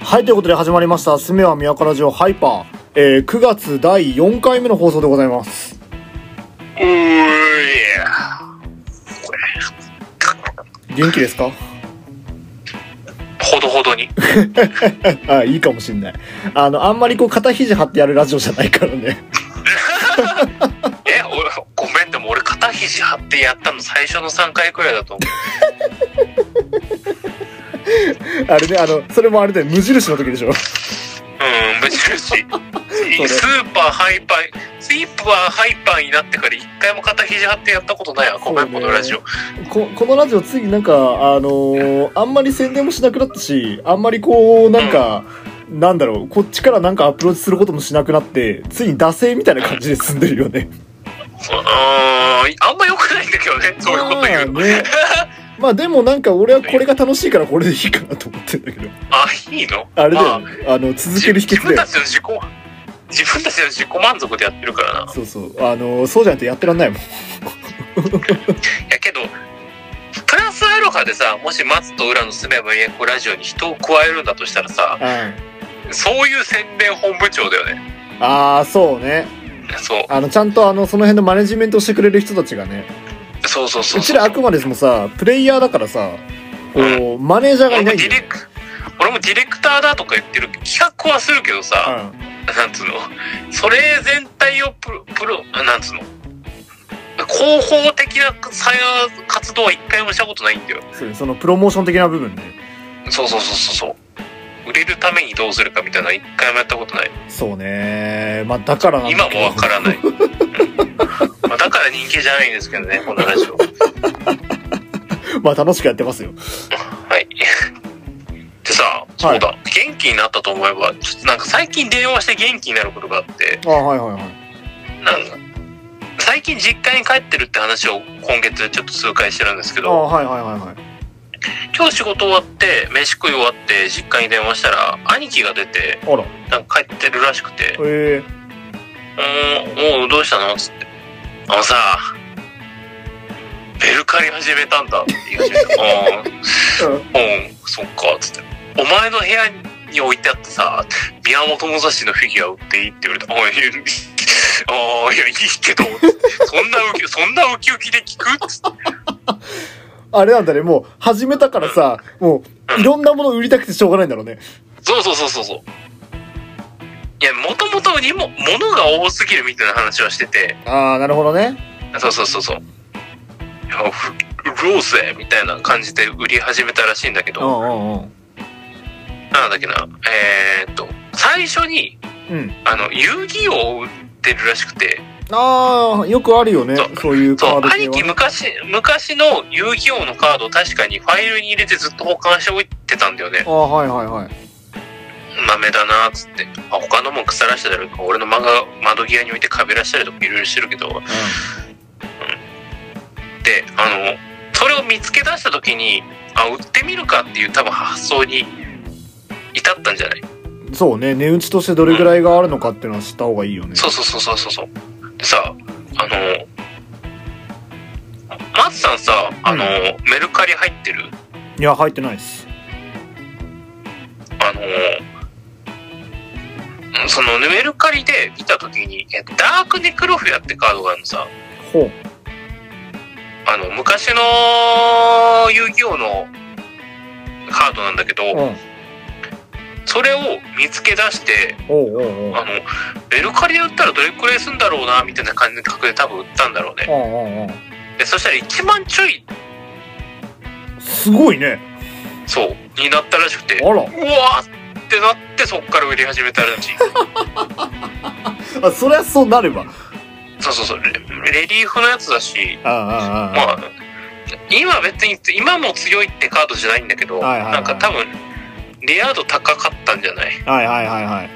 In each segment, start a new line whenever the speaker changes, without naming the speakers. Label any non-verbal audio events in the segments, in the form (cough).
はい、ということで始まりました、すめは宮からジオハイパー、えー、9月第4回目の放送でございます。
うーい
元気ですか
ほどほどに。
(laughs) あ、いいかもしんない。あの、あんまりこう、肩肘張ってやるラジオじゃないからね。 (laughs)
え、俺、ごめん、でも俺肩肘張ってやったの最初の3回くらいだと思
あれね、あの、それもあれで無印の時でしょ。
う。うん、無
(laughs)
印。スーパーハイパー、スーパーハイパーになってから一回も肩肘張ってやったことないわ。ごめん、
そ
こ
うね
のラジオ。
ここのラジオ次なんか、あのーあんまり宣伝もしなくなったし、あんまりこう、なんか、なんだろう、こっちからなんかアプローチすることもしなくなって、ついに惰性みたいな感じで進んでるよね。
うーん、あんま良くないんだけどね、そういうこと言う
ま
の。
あね。まあでもなんか俺はこれが楽しいからこれでいいかなと思ってんだけど。
あ、いいの
あれだ
ま
よ、あの、続ける秘
自
訣だ
分た
よ。
ちの自己、自分たちの自己満足でやってるからな。
そうそう。あの、そうじゃないとやってらんないもん。
いやけどプラスアルファでさもし松と浦の住めば都ラジオに人を加えるんだとしたらさ
あ
そういう宣伝本部長だよね
あー、そうね。
そう
あの、ちゃんとあの、その辺のマネジメントをしてくれる人たちがね。
そうそうそうう
ち
そう
らあくまでもさ、プレイヤーだからさ、こう、マネージャーが
俺
い
も
な
デ
いんだ
ィ
よ。
レク俺もディレクターだとか言ってる企画はするけどさ、なんつうのそれ全体をプロプロなんつうの広報的なさ活動は一回もしたことないんだよ
うん。そうそのプロモーション的な部分ね。
そうそうそうそうそう売れるためにどうするかみたいなの一回もやったことない
そうね。まあ、だからなんだ
今
け
もわからない、うんまあ、だから人気じゃないんですけどねこのラジオ
ど。 (laughs) まあ、楽しくやってますよ。
はいでさそうだ、元気になったと思えばちょっとなんか最近電話して元気になることがあって
あはいはいはい。
なんか最近実家に帰ってるって話を今月ちょっと数回してるんですけ
あ
ど
はいはいはいはい。
今日仕事終わって飯食い終わって実家に電話したら兄貴が出て
あら。
なんか帰ってるらしくて
え
「うんもうどうしたの?」っつって「あのさメルカリ始めたんだ」って言い始め
(laughs)
た「うん
えー。
うん、そっか、つって。お前の部屋に置いてあったさ、宮本武蔵のフィギュア売っていいって言われた。ああ、いやいいああいや、いいけど、そんなウキ、そんなウキウキで聞くつって
あれなんだね、もう、始めたからさ、もう、いろんなもの売りたくてしょうがないんだろうね。
そうそうそうそうそう。いや、もともとにも、物が多すぎるみたいな話はしてて、
ああ、なるほどね。
そうそうそうそう。いや、ふ売ろうぜみたいな感じで売り始めたらしいんだけ
う
ど、
んうんうん。
なんだっけな、えー、っと、最初に、
うん。
あの、遊戯王を売ってるらしくて、
ああ、よくあるよね
そ。う
そういうカ
そ
ー
う
ド系
兄
は
貴
ね。
昔昔の遊戯王のカードを確かにファイルに入れてずっと保管しておいてたんだよね
ああ、はいはいはい。
マメだなっつってあ他のもん腐らしたりとか俺の漫画窓際に置いてかべらしたりとかいろいろしてるけどであのそれを見つけ出した時にあ売ってみるかっていう多分発想に至ったんじゃない
うん。そうね、値打ちとしてどれぐらいがあるのかっていうのは知った方がいいよね。
そうそうそうそうそうそうでさあのマツさんさあの、
う
メルカリ入ってる
いや、入ってないっす。
あのーそのメルカリで見た時に、えダークネクロフィアってカードがあるのさ、
ほう。
あの、昔の遊戯王のカードなんだけ
う
ど、
ん。
それを見つけ出して、
おうおうおう。
あの、メルカリで売ったらどれくらいすんだろうな、みたいな感じの価格で多分売ったんだろうね。
うんうんうん。
で、そしたら1万ちょい、
すごいね。
そう、になったらしくて、う
あ
わ
ら。
ーってなってそっから売り始めたらしい。
あ、そりゃそうなれば。
そうそうそう、レレリーフのやつだし、
ああ、ああ、あ
まあ、今別に、今も強いってカードじゃないんだけど、
はいはいはい
なんか多分、レア度高かったんじゃない
あ。はいはいはいはい。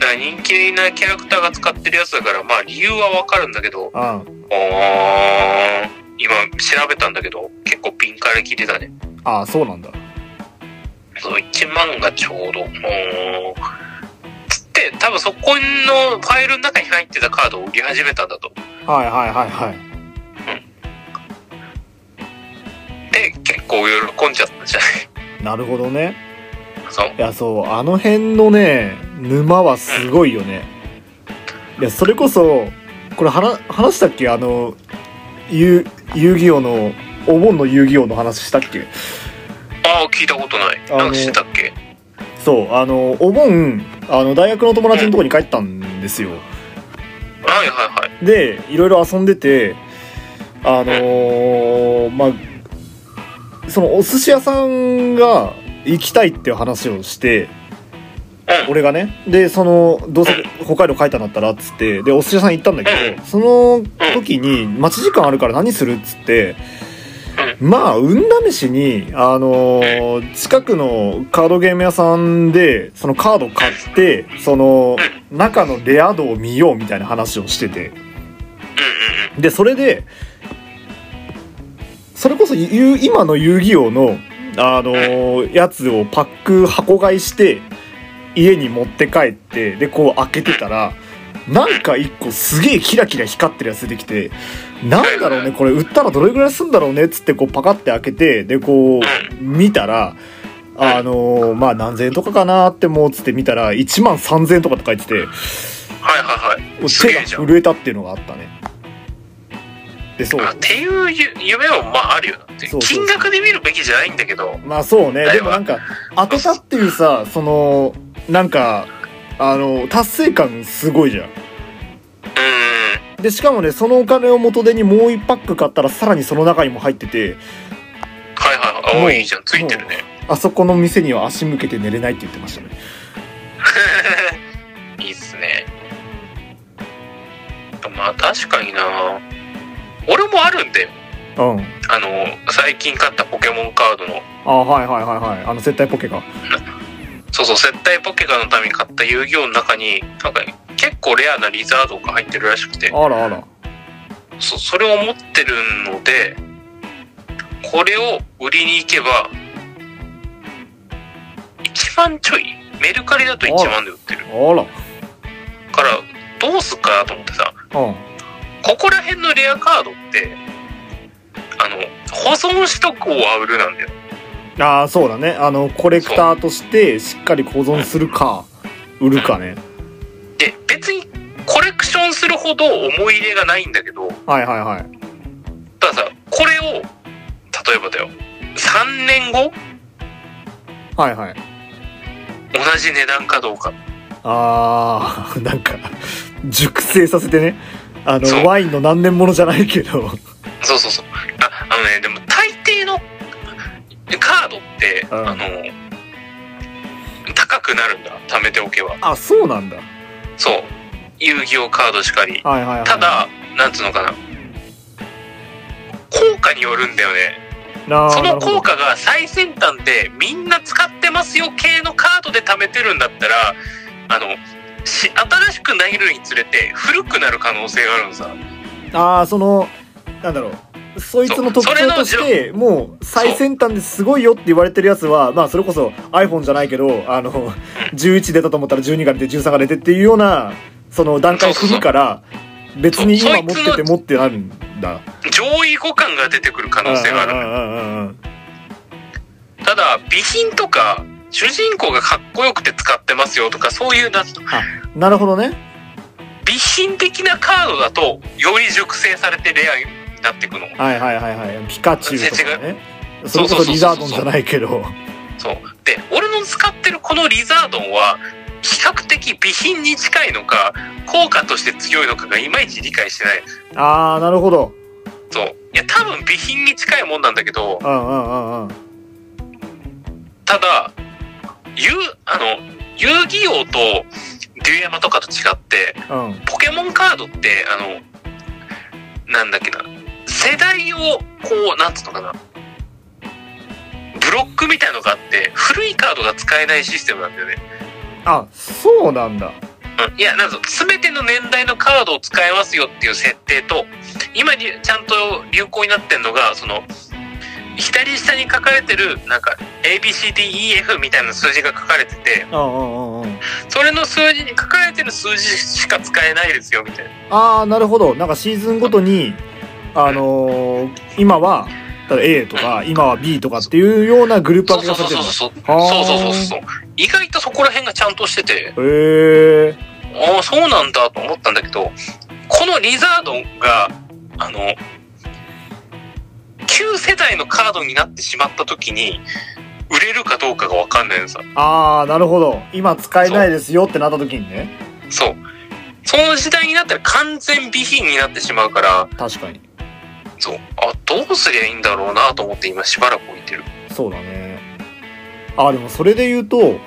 だから人気なキャラクターが使ってるやつだから、まあ理由はわかるんだけど、
うん。
あー今調べたんだけど、結構ピンから切りだね。
ああ、そうなんだ。
そう、1万がちょうど。うーんつって、多分そこのファイルの中に入ってたカードを売り始めたんだと。
はいはいはいはい。
で、結構喜んじゃったんじゃない
なるほどね
そう
いやそうあの辺のね沼はすごいよねいやそれこそこれ話話したっけあの遊遊戯王のお盆の遊戯王の話したっけ
ああ聞いたことない
あの
なんかしてたっけ
そうあのお盆あの大学の友達のとこに帰ったんですよ
はいはいはい
でいろいろ遊んでてあのーまあそのお寿司屋さんが行きたいっていう話をして
うん
俺がねでそのどうせ北海道帰ったんだったらっつってでお寿司屋さん行ったんだけ
う
どその時に待ち時間あるから何するっつってまあ運試しにあのー近くのカードゲーム屋さんでそのカード買ってその中のレア度を見ようみたいな話をしててでそれでそれこそゆう今の遊戯王の、あのーやつをパック箱買いして家に持って帰ってでこう開けてたらなんか一個すげえキラキラ光ってるやつ出てきてなんだろうねこれ売ったらどれぐらいすんだろうねっつってこうパカって開けてでこう見たら。あのーまあ何千円とかかなーってもうつって見たら1万3000円とかって書いてて
はいはいはいす
手
げ
が
えじゃん
震えたっていうのがあったねでそう
あっていうゆ夢はまああるよなって
そうそう
金額で見るべきじゃないんだけど
まあそうね
だ
で
よ
もなんか当てたっていうさそのなんかあの達成感すごいじゃん
うー
でしかもねそのお金を元手にもう一パック買ったらさらにその中にも入ってて
んはいはいはいあ
も
お
う
いいいじゃんついてるね
あそこの店には足向けて寝れないって言ってましたね
(laughs) いいっすねまあ確かにな俺もあるんだよ
うん
あの最近買ったポケモンカードの
あはいはいはいはいあの絶対ポケが
そうそう接待ポケカのために買った遊戯王の中になんか結構レアなリザードが入ってるらしくて
あらあら
そうそれを持ってるのでこれを売りに行けば1万ちょいメルカリだと1万で売ってる
あら
からどうすっかなと思ってさ
うん
ここら辺のレアカードってあの保存しとこうは売るなんだよ
ああそうだねあのコレクターとしてしっかり保存するか売るかね
で別にコレクションするほど思い入れがないんだけど
はいはいはい
たださこれを例えばだよ3年後
はいはい
同じ値段かどうか
あー、なんか、熟成させてね。あ
そう
の、ワインの何年ものじゃないけど。
そうそうそうああのねでも大抵のカードって、
うん
あの高くなるんだ貯めておけば
あ、そうなんだ。
そう遊戯王カードしかり
はいはいはい。
た、だなんつうのかな効果によるんだよね
な
そ
なる
の
ほど
効果が最先端でみんな使ってますよ系のカードで貯めてるんだったらあのし新しくなるにつれて古くなる可能性があるのさ
あー、その、なんだろう。そいつの特
そうそれ
徴
の
として、もう、最先端ですごいよって言われてるやつは、まあ、それこそ iPhone じゃないけど、あの、11出たと思ったら12が出て13が出てっていうような、その段階を踏むから、別に
そう
今持って
そ
て
いつ
持ってなるんだ。
上位互換が出てくる可
うんう
能
ん
性がある
うんうんうん。
ただ備品とか主人公がかっこよくて使ってますよとかそういうな備
なるほどね。
品的なカードだとより熟成されてレアになっていくの
はいはいはいはいピカチュウとかねそれこ
そうそ
そ
うそうそう
リザードンじゃないけど
そうで俺の使ってるこのリザードンは比較的備品に近いのか効果として強いのかがいまいち理解してない
ああなるほど
そういや多分備品に近いもんなんだけど
うんうんうんうん
ただ遊あの遊戯王とデュエマとかと違って
うん
ポケモンカードって、あの、なんだっけな、世代を、こう、なんつうのかな、ブロックみたいのがあって、古いカードが使えないシステムなんだよね。
あそうなんだ
うん、いや、なんぞ、すべての年代のカードを使えますよっていう設定と、今にちゃんと流行になってんのが、その、左下に書かれてる、なんか、ABCDEF みたいな数字が書かれてて、
うんうんうんうん
それの数字に書かれてる数字しか使えないですよ、みたいな。
ああなるほどなんかシーズンごとにあのー今はだから A とか、今は B とかっていうようなグループ
そ
分
う
け
そ
が
う
さ
そ
れ
う
てる
そ
ん
う
だ。
そ
あ
う
ー
そうそうそう意外とそこら辺がちゃんとしてて
へえ。
ああそうなんだと思ったんだけどこのリザードがあの旧世代のカードになってしまった時に売れるかどうかが分かんないのさ
ああ、なるほど。今使えないですよってなった時にね。
そうその時代になったら完全備品になってしまうから
確かに。
そうあどうすりゃいいんだろうなと思って今しばらく置いてる
そうだね。あーでもそれで言うと、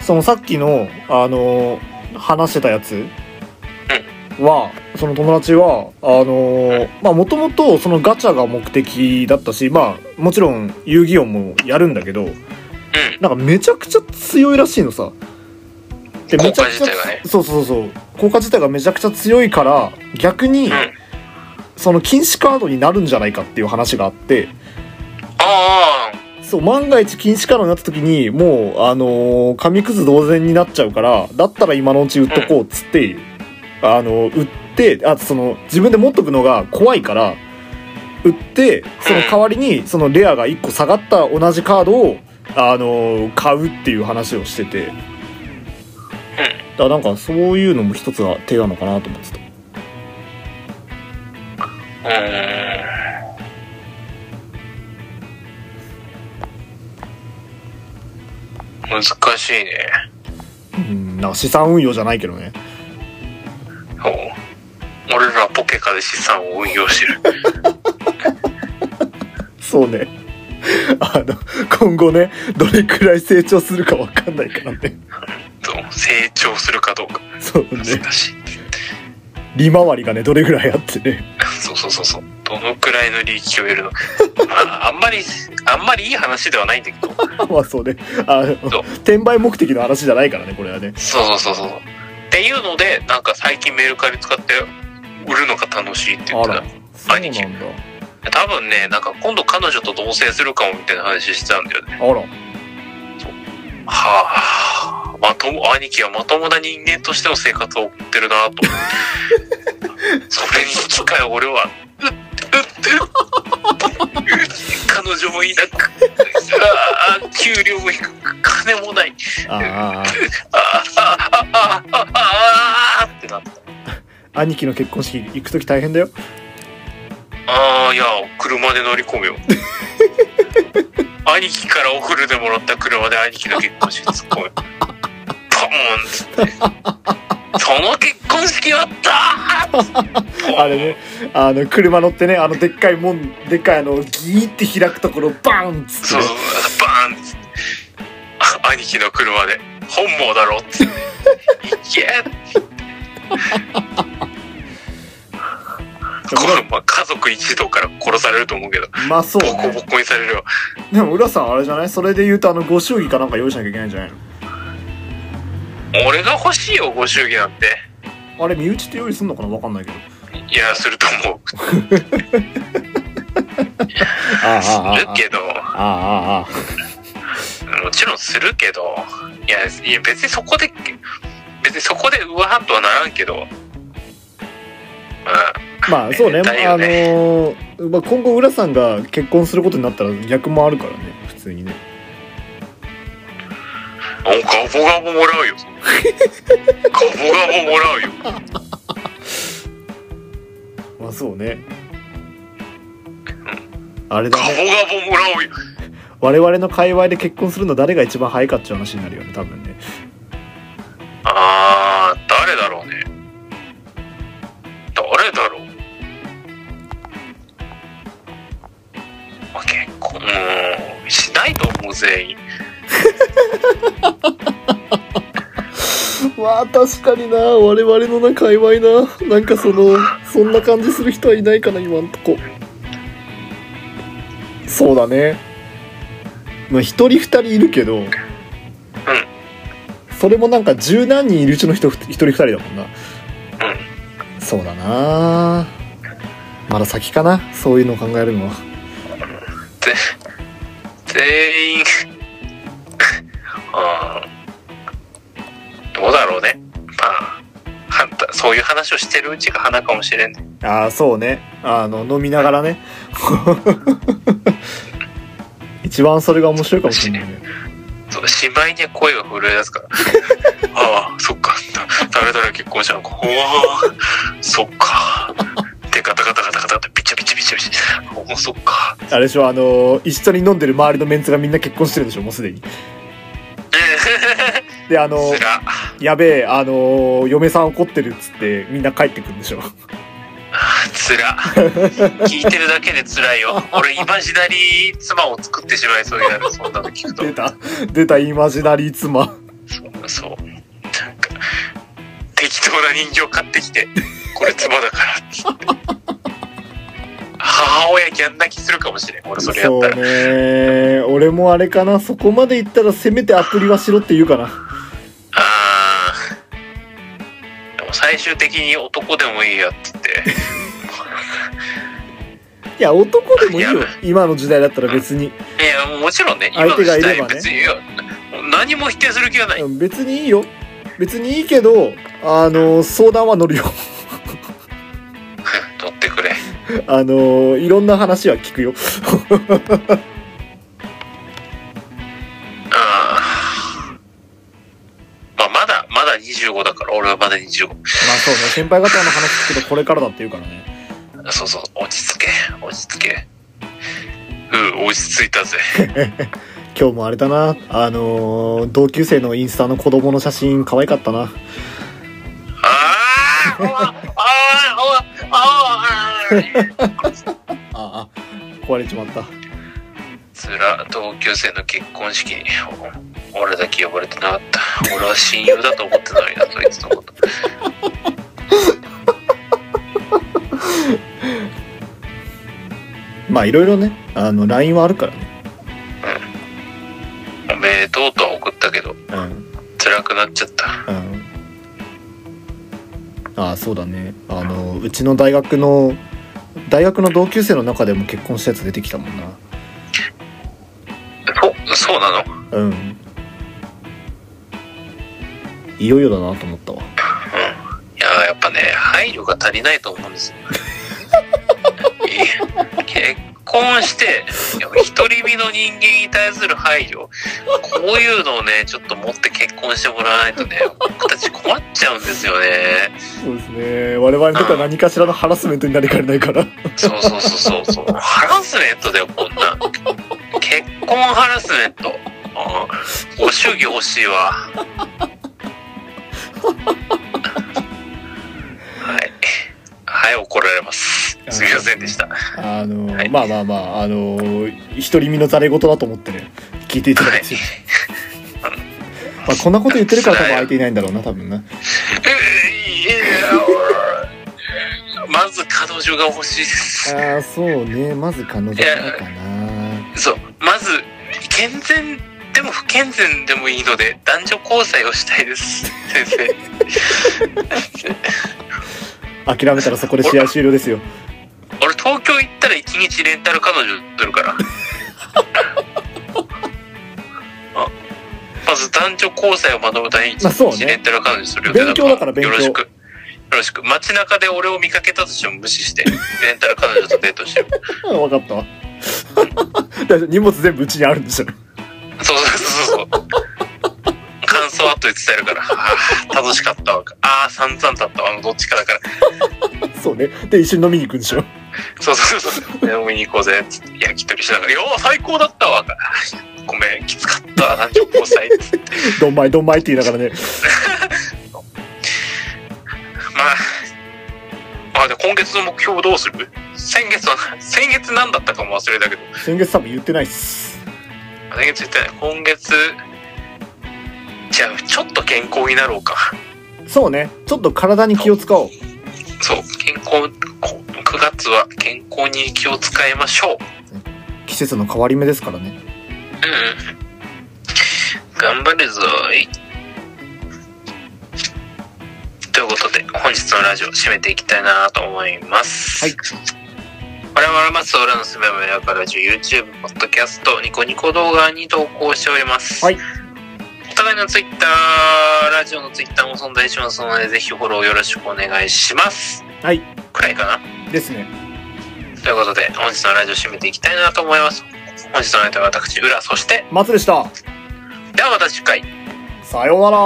そのさっきの、あのー話してたやつは、その友達は、あのーまあもともとそのガチャが目的だったし、まあもちろん遊戯王もやるんだけど、
うん
なんかめちゃくちゃ強いらしいのさ。でめちゃくちゃ
効果自体がね
そうそうそうそう。効果自体がめちゃくちゃ強いから、逆に、
うん
その禁止カードになるんじゃないかっていう話があって、
ああ
そう、万が一禁止カードになった時に、もう、あのー紙くず同然になっちゃうから、だったら今のうち売っとこうっつって、あのー売って、あ、その、自分で持っとくのが怖いから、売って、その代わりに、そのレアが1個下がった同じカードを、あのー買うっていう話をしてて。だからなんかそういうのも一つは手なのかなと思ってた。
うーん難しいね。
うん、なんか資産運用じゃないけどね。
そう俺らポケカで資産を運用してる。
そうね。あの、今後ね、どれくらい成長するかわかんないからね。
そう成長するかどうか
そうね。
難しい。
利回りがね、どれくらいあってね。 (laughs)
そうそうそうそう。どのくらいの利益を得るのか。まあ、あんまり、あんまりいい話ではないんだけど。
まあそうね。あの
そう
転売目的の話じゃないからね、これはね。
そうそうそうそう。っていうので、なんか最近メルカリ使って売るのが楽しいって言っ
あ
て
ら
た。。
そうなんだ。
多分ね、なんか今度彼女と同棲するかもみたいな話してたんだよ
あ
ね。
ら。
はあ、まとも、兄貴はまともな人間としての生活を送ってるなと。それに近い俺は、うっ、うっ、うっ、彼女もいなく、ああ、給料も低く、金もない、
ああ。
ああ、ああ、ああ、ああ、ってなった。
兄貴の結婚式行くとき大
(laughs)
変だよ。
ああ、いや、車で乗
(laughs)
り込むよ。兄貴から送るでもらった車で兄貴の結婚式突っ込むよ。ポーンっつって。その結婚式あったー
あれね。、あの、車乗ってね、あの、でっかいもん、でっかいあの、ギーって開くところ、バーンっつって
そう
ね、
そう、バーンっつって。あ兄貴の車で、本望だろっつって。いやこれ、まあ、家族一同から殺されると思うけど、
まあそう
ボコボ
ね。
コにされるよ。
でも、浦さんあれじゃないそれで言うと、あの、ご祝儀かなんか用意しなきゃいけないんじゃないの
俺が欲しいよ、ご祝儀なんて。
あれ身内って用意すんのかなわかんないけど。
いや、すると思う。
あ
するけど、
ああああ
もちろんするけど、いや、いや別にそこで、別にそこでうわーっとはならんけど、うん。
まあそうね、
だ
あ
よ
の
ね
ーまあ、今後浦さんが結婚することになったら逆もあるからね普通にね
おガボガボもらう
(laughs)
よ。ガボガボもらうよ。
まあそうねあれ
ガ
だ
ボ
ね
ガボもらうよ。
我々の界隈で結婚するの誰が一番早いかっていう話になるよね多分ね
あー、誰だろうね。誰だろう。まあ、結構、うーん、しないと思う、全員。
わあ確かにな我々のな界隈ななんかそのそんな感じする人はいないかな今んとこそうだねまあ一人二人いるけどうんそれもなんか十何人いるうちの人一人二人だもんなそうだなまだ先かなそういうのを考えるのは
ぜ全員 (laughs) あーどうだろうねまあはんたそういう話をしてるうちが花かもしれんね
ああそうねあの飲みながらね (laughs) 一番それが面白いかもしれないね
そうしまいに声が震え出すからああそっか誰々結婚したのかおおそっかでガタガタガタガタってビチャビチャビチャビチャおおそっか
あれでしょあの一緒に飲んでる周りのメンツがみんな結婚してるんでしょもうすでに
え
であの
ーつら
やべえあの嫁さん怒ってるっつってみんな帰ってくんでしょ
つら聞いてるだけでつらいよ俺イマジナリー妻を作ってしまいそうになるそんなの聞くと
出た出たイマジナリー妻
そうそうなんか適当な人形買ってきてこれ妻だからっつって母親ギャン泣きするかもしれん俺それやったら
そうね俺もあれかなそこまでいったらせめてアプリはしろって言うかな
あーでも最終的に男でもいいやっつって
いや男でもいいよ
いや
今の時代だったら別に
いやもうもちろんね今
相
の
手
時
がいれ
代
ばね
別にいいよ何も否定する気はない、
うん別にいいよ別にいいけどあの相談は乗るよ (laughs)
取ってくれ
あのいろんな話は聞くよ
あーまあまだまだ25だから俺はまだ25
まあそうね先輩方の話聞くとこれからだって言うからね
そうそう落ち着け落ち着けうん落ち着いたぜ
今日もあれだなあの同級生のインスタの子供の写真可愛かったな
あーあーあーあーあー
ああ壊れちまった
つら同級生の結婚式にお俺だけ呼ばれてなかった俺は親友だと思ってたのになそいつのこと
まあいろいろねあの LINE はあるからね
おめでとうとは送ったけど
うん
辛くなっちゃった
うんああそうだねあのうちの大学の大学の同級生の中でも結婚したやつ出てきたもんな
そそうなの
うんいよいよだなと思ったわ
いやーやっぱね配慮が足りないと思うんですよ (laughs) い結婚していや独り身の人間に対する配慮こういうのをねちょっと持って結婚してもらわないとね僕たち困っちゃうんですよね
そうですね我々にとっては何かしらのハラスメントになりかねないから
そうそうそうそうそうハラスメントだよこんな結婚ハラスメントうんご祝儀欲しいわはいはい怒られますすみませんでした
あの、
はい
まあまあまああの独り身のざれ言だと思ってね聞いていただいて、まあ、こんなこと言ってるから多分相手いないんだろうな多分な
えいやまず彼女が欲しいです
ああそうねまず彼女からかな
そうまず健全でも不健全でもいいので男女交際をしたいです先生
諦めたらそこで試合終了ですよ
俺東京行ったら一日レンタル彼女す
(laughs)
るからあまず男女交際を学ぶために一
まあそうね
日レンタル彼女するよ、
勉強だから勉強
よろしくよろしく街中で俺を見かけたとしても無
(laughs)
視してレンタル彼女とデートしてる
分かったわ (laughs) 大丈夫荷物全部うちにあるんでしょ (laughs)
そうそうそうそう。感想後で伝えるから、ああ、楽しかったわ。ああ、散々だったわ。どっちかだから。
そうねで一緒に飲みに行くんでしょ
そうそうそう。で飲みに行こうぜ。つって焼き鳥しながら、よー最高だったわ。ごめん、きつかった。男女交際。つって
ドンマイドンマイって言いながらね
まあ、まあ、で今月の目標どうする先月は、先月何だったかも忘れたけど、
先月多分言ってないっす
先月言ってない。今月、じゃあ、ちょっと健康になろうか。
そうねちょっと体に気を使おう
そう、健康、こ9月は健康に気を使いましょう。
季節の変わり目ですからね
うん。頑張るぞい。ということで、本日のラジオ締めていきたいなと思います。
はい。
我々はまず俺のすめもやからじ YouTube、ポッドキャスト、ニコニコ動画に投稿しております。
はい。
お互いの Twitter、ラジオの Twitter も存在しますので、ぜひフォローよろしくお願いします。
はい。
くらいかな。
ですね。
ということで、本日のラジオ締めていきたいなと思います。本日の相手は私、浦、そして、
松でした。
ではまた次回。
さようなら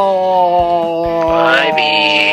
バイビー。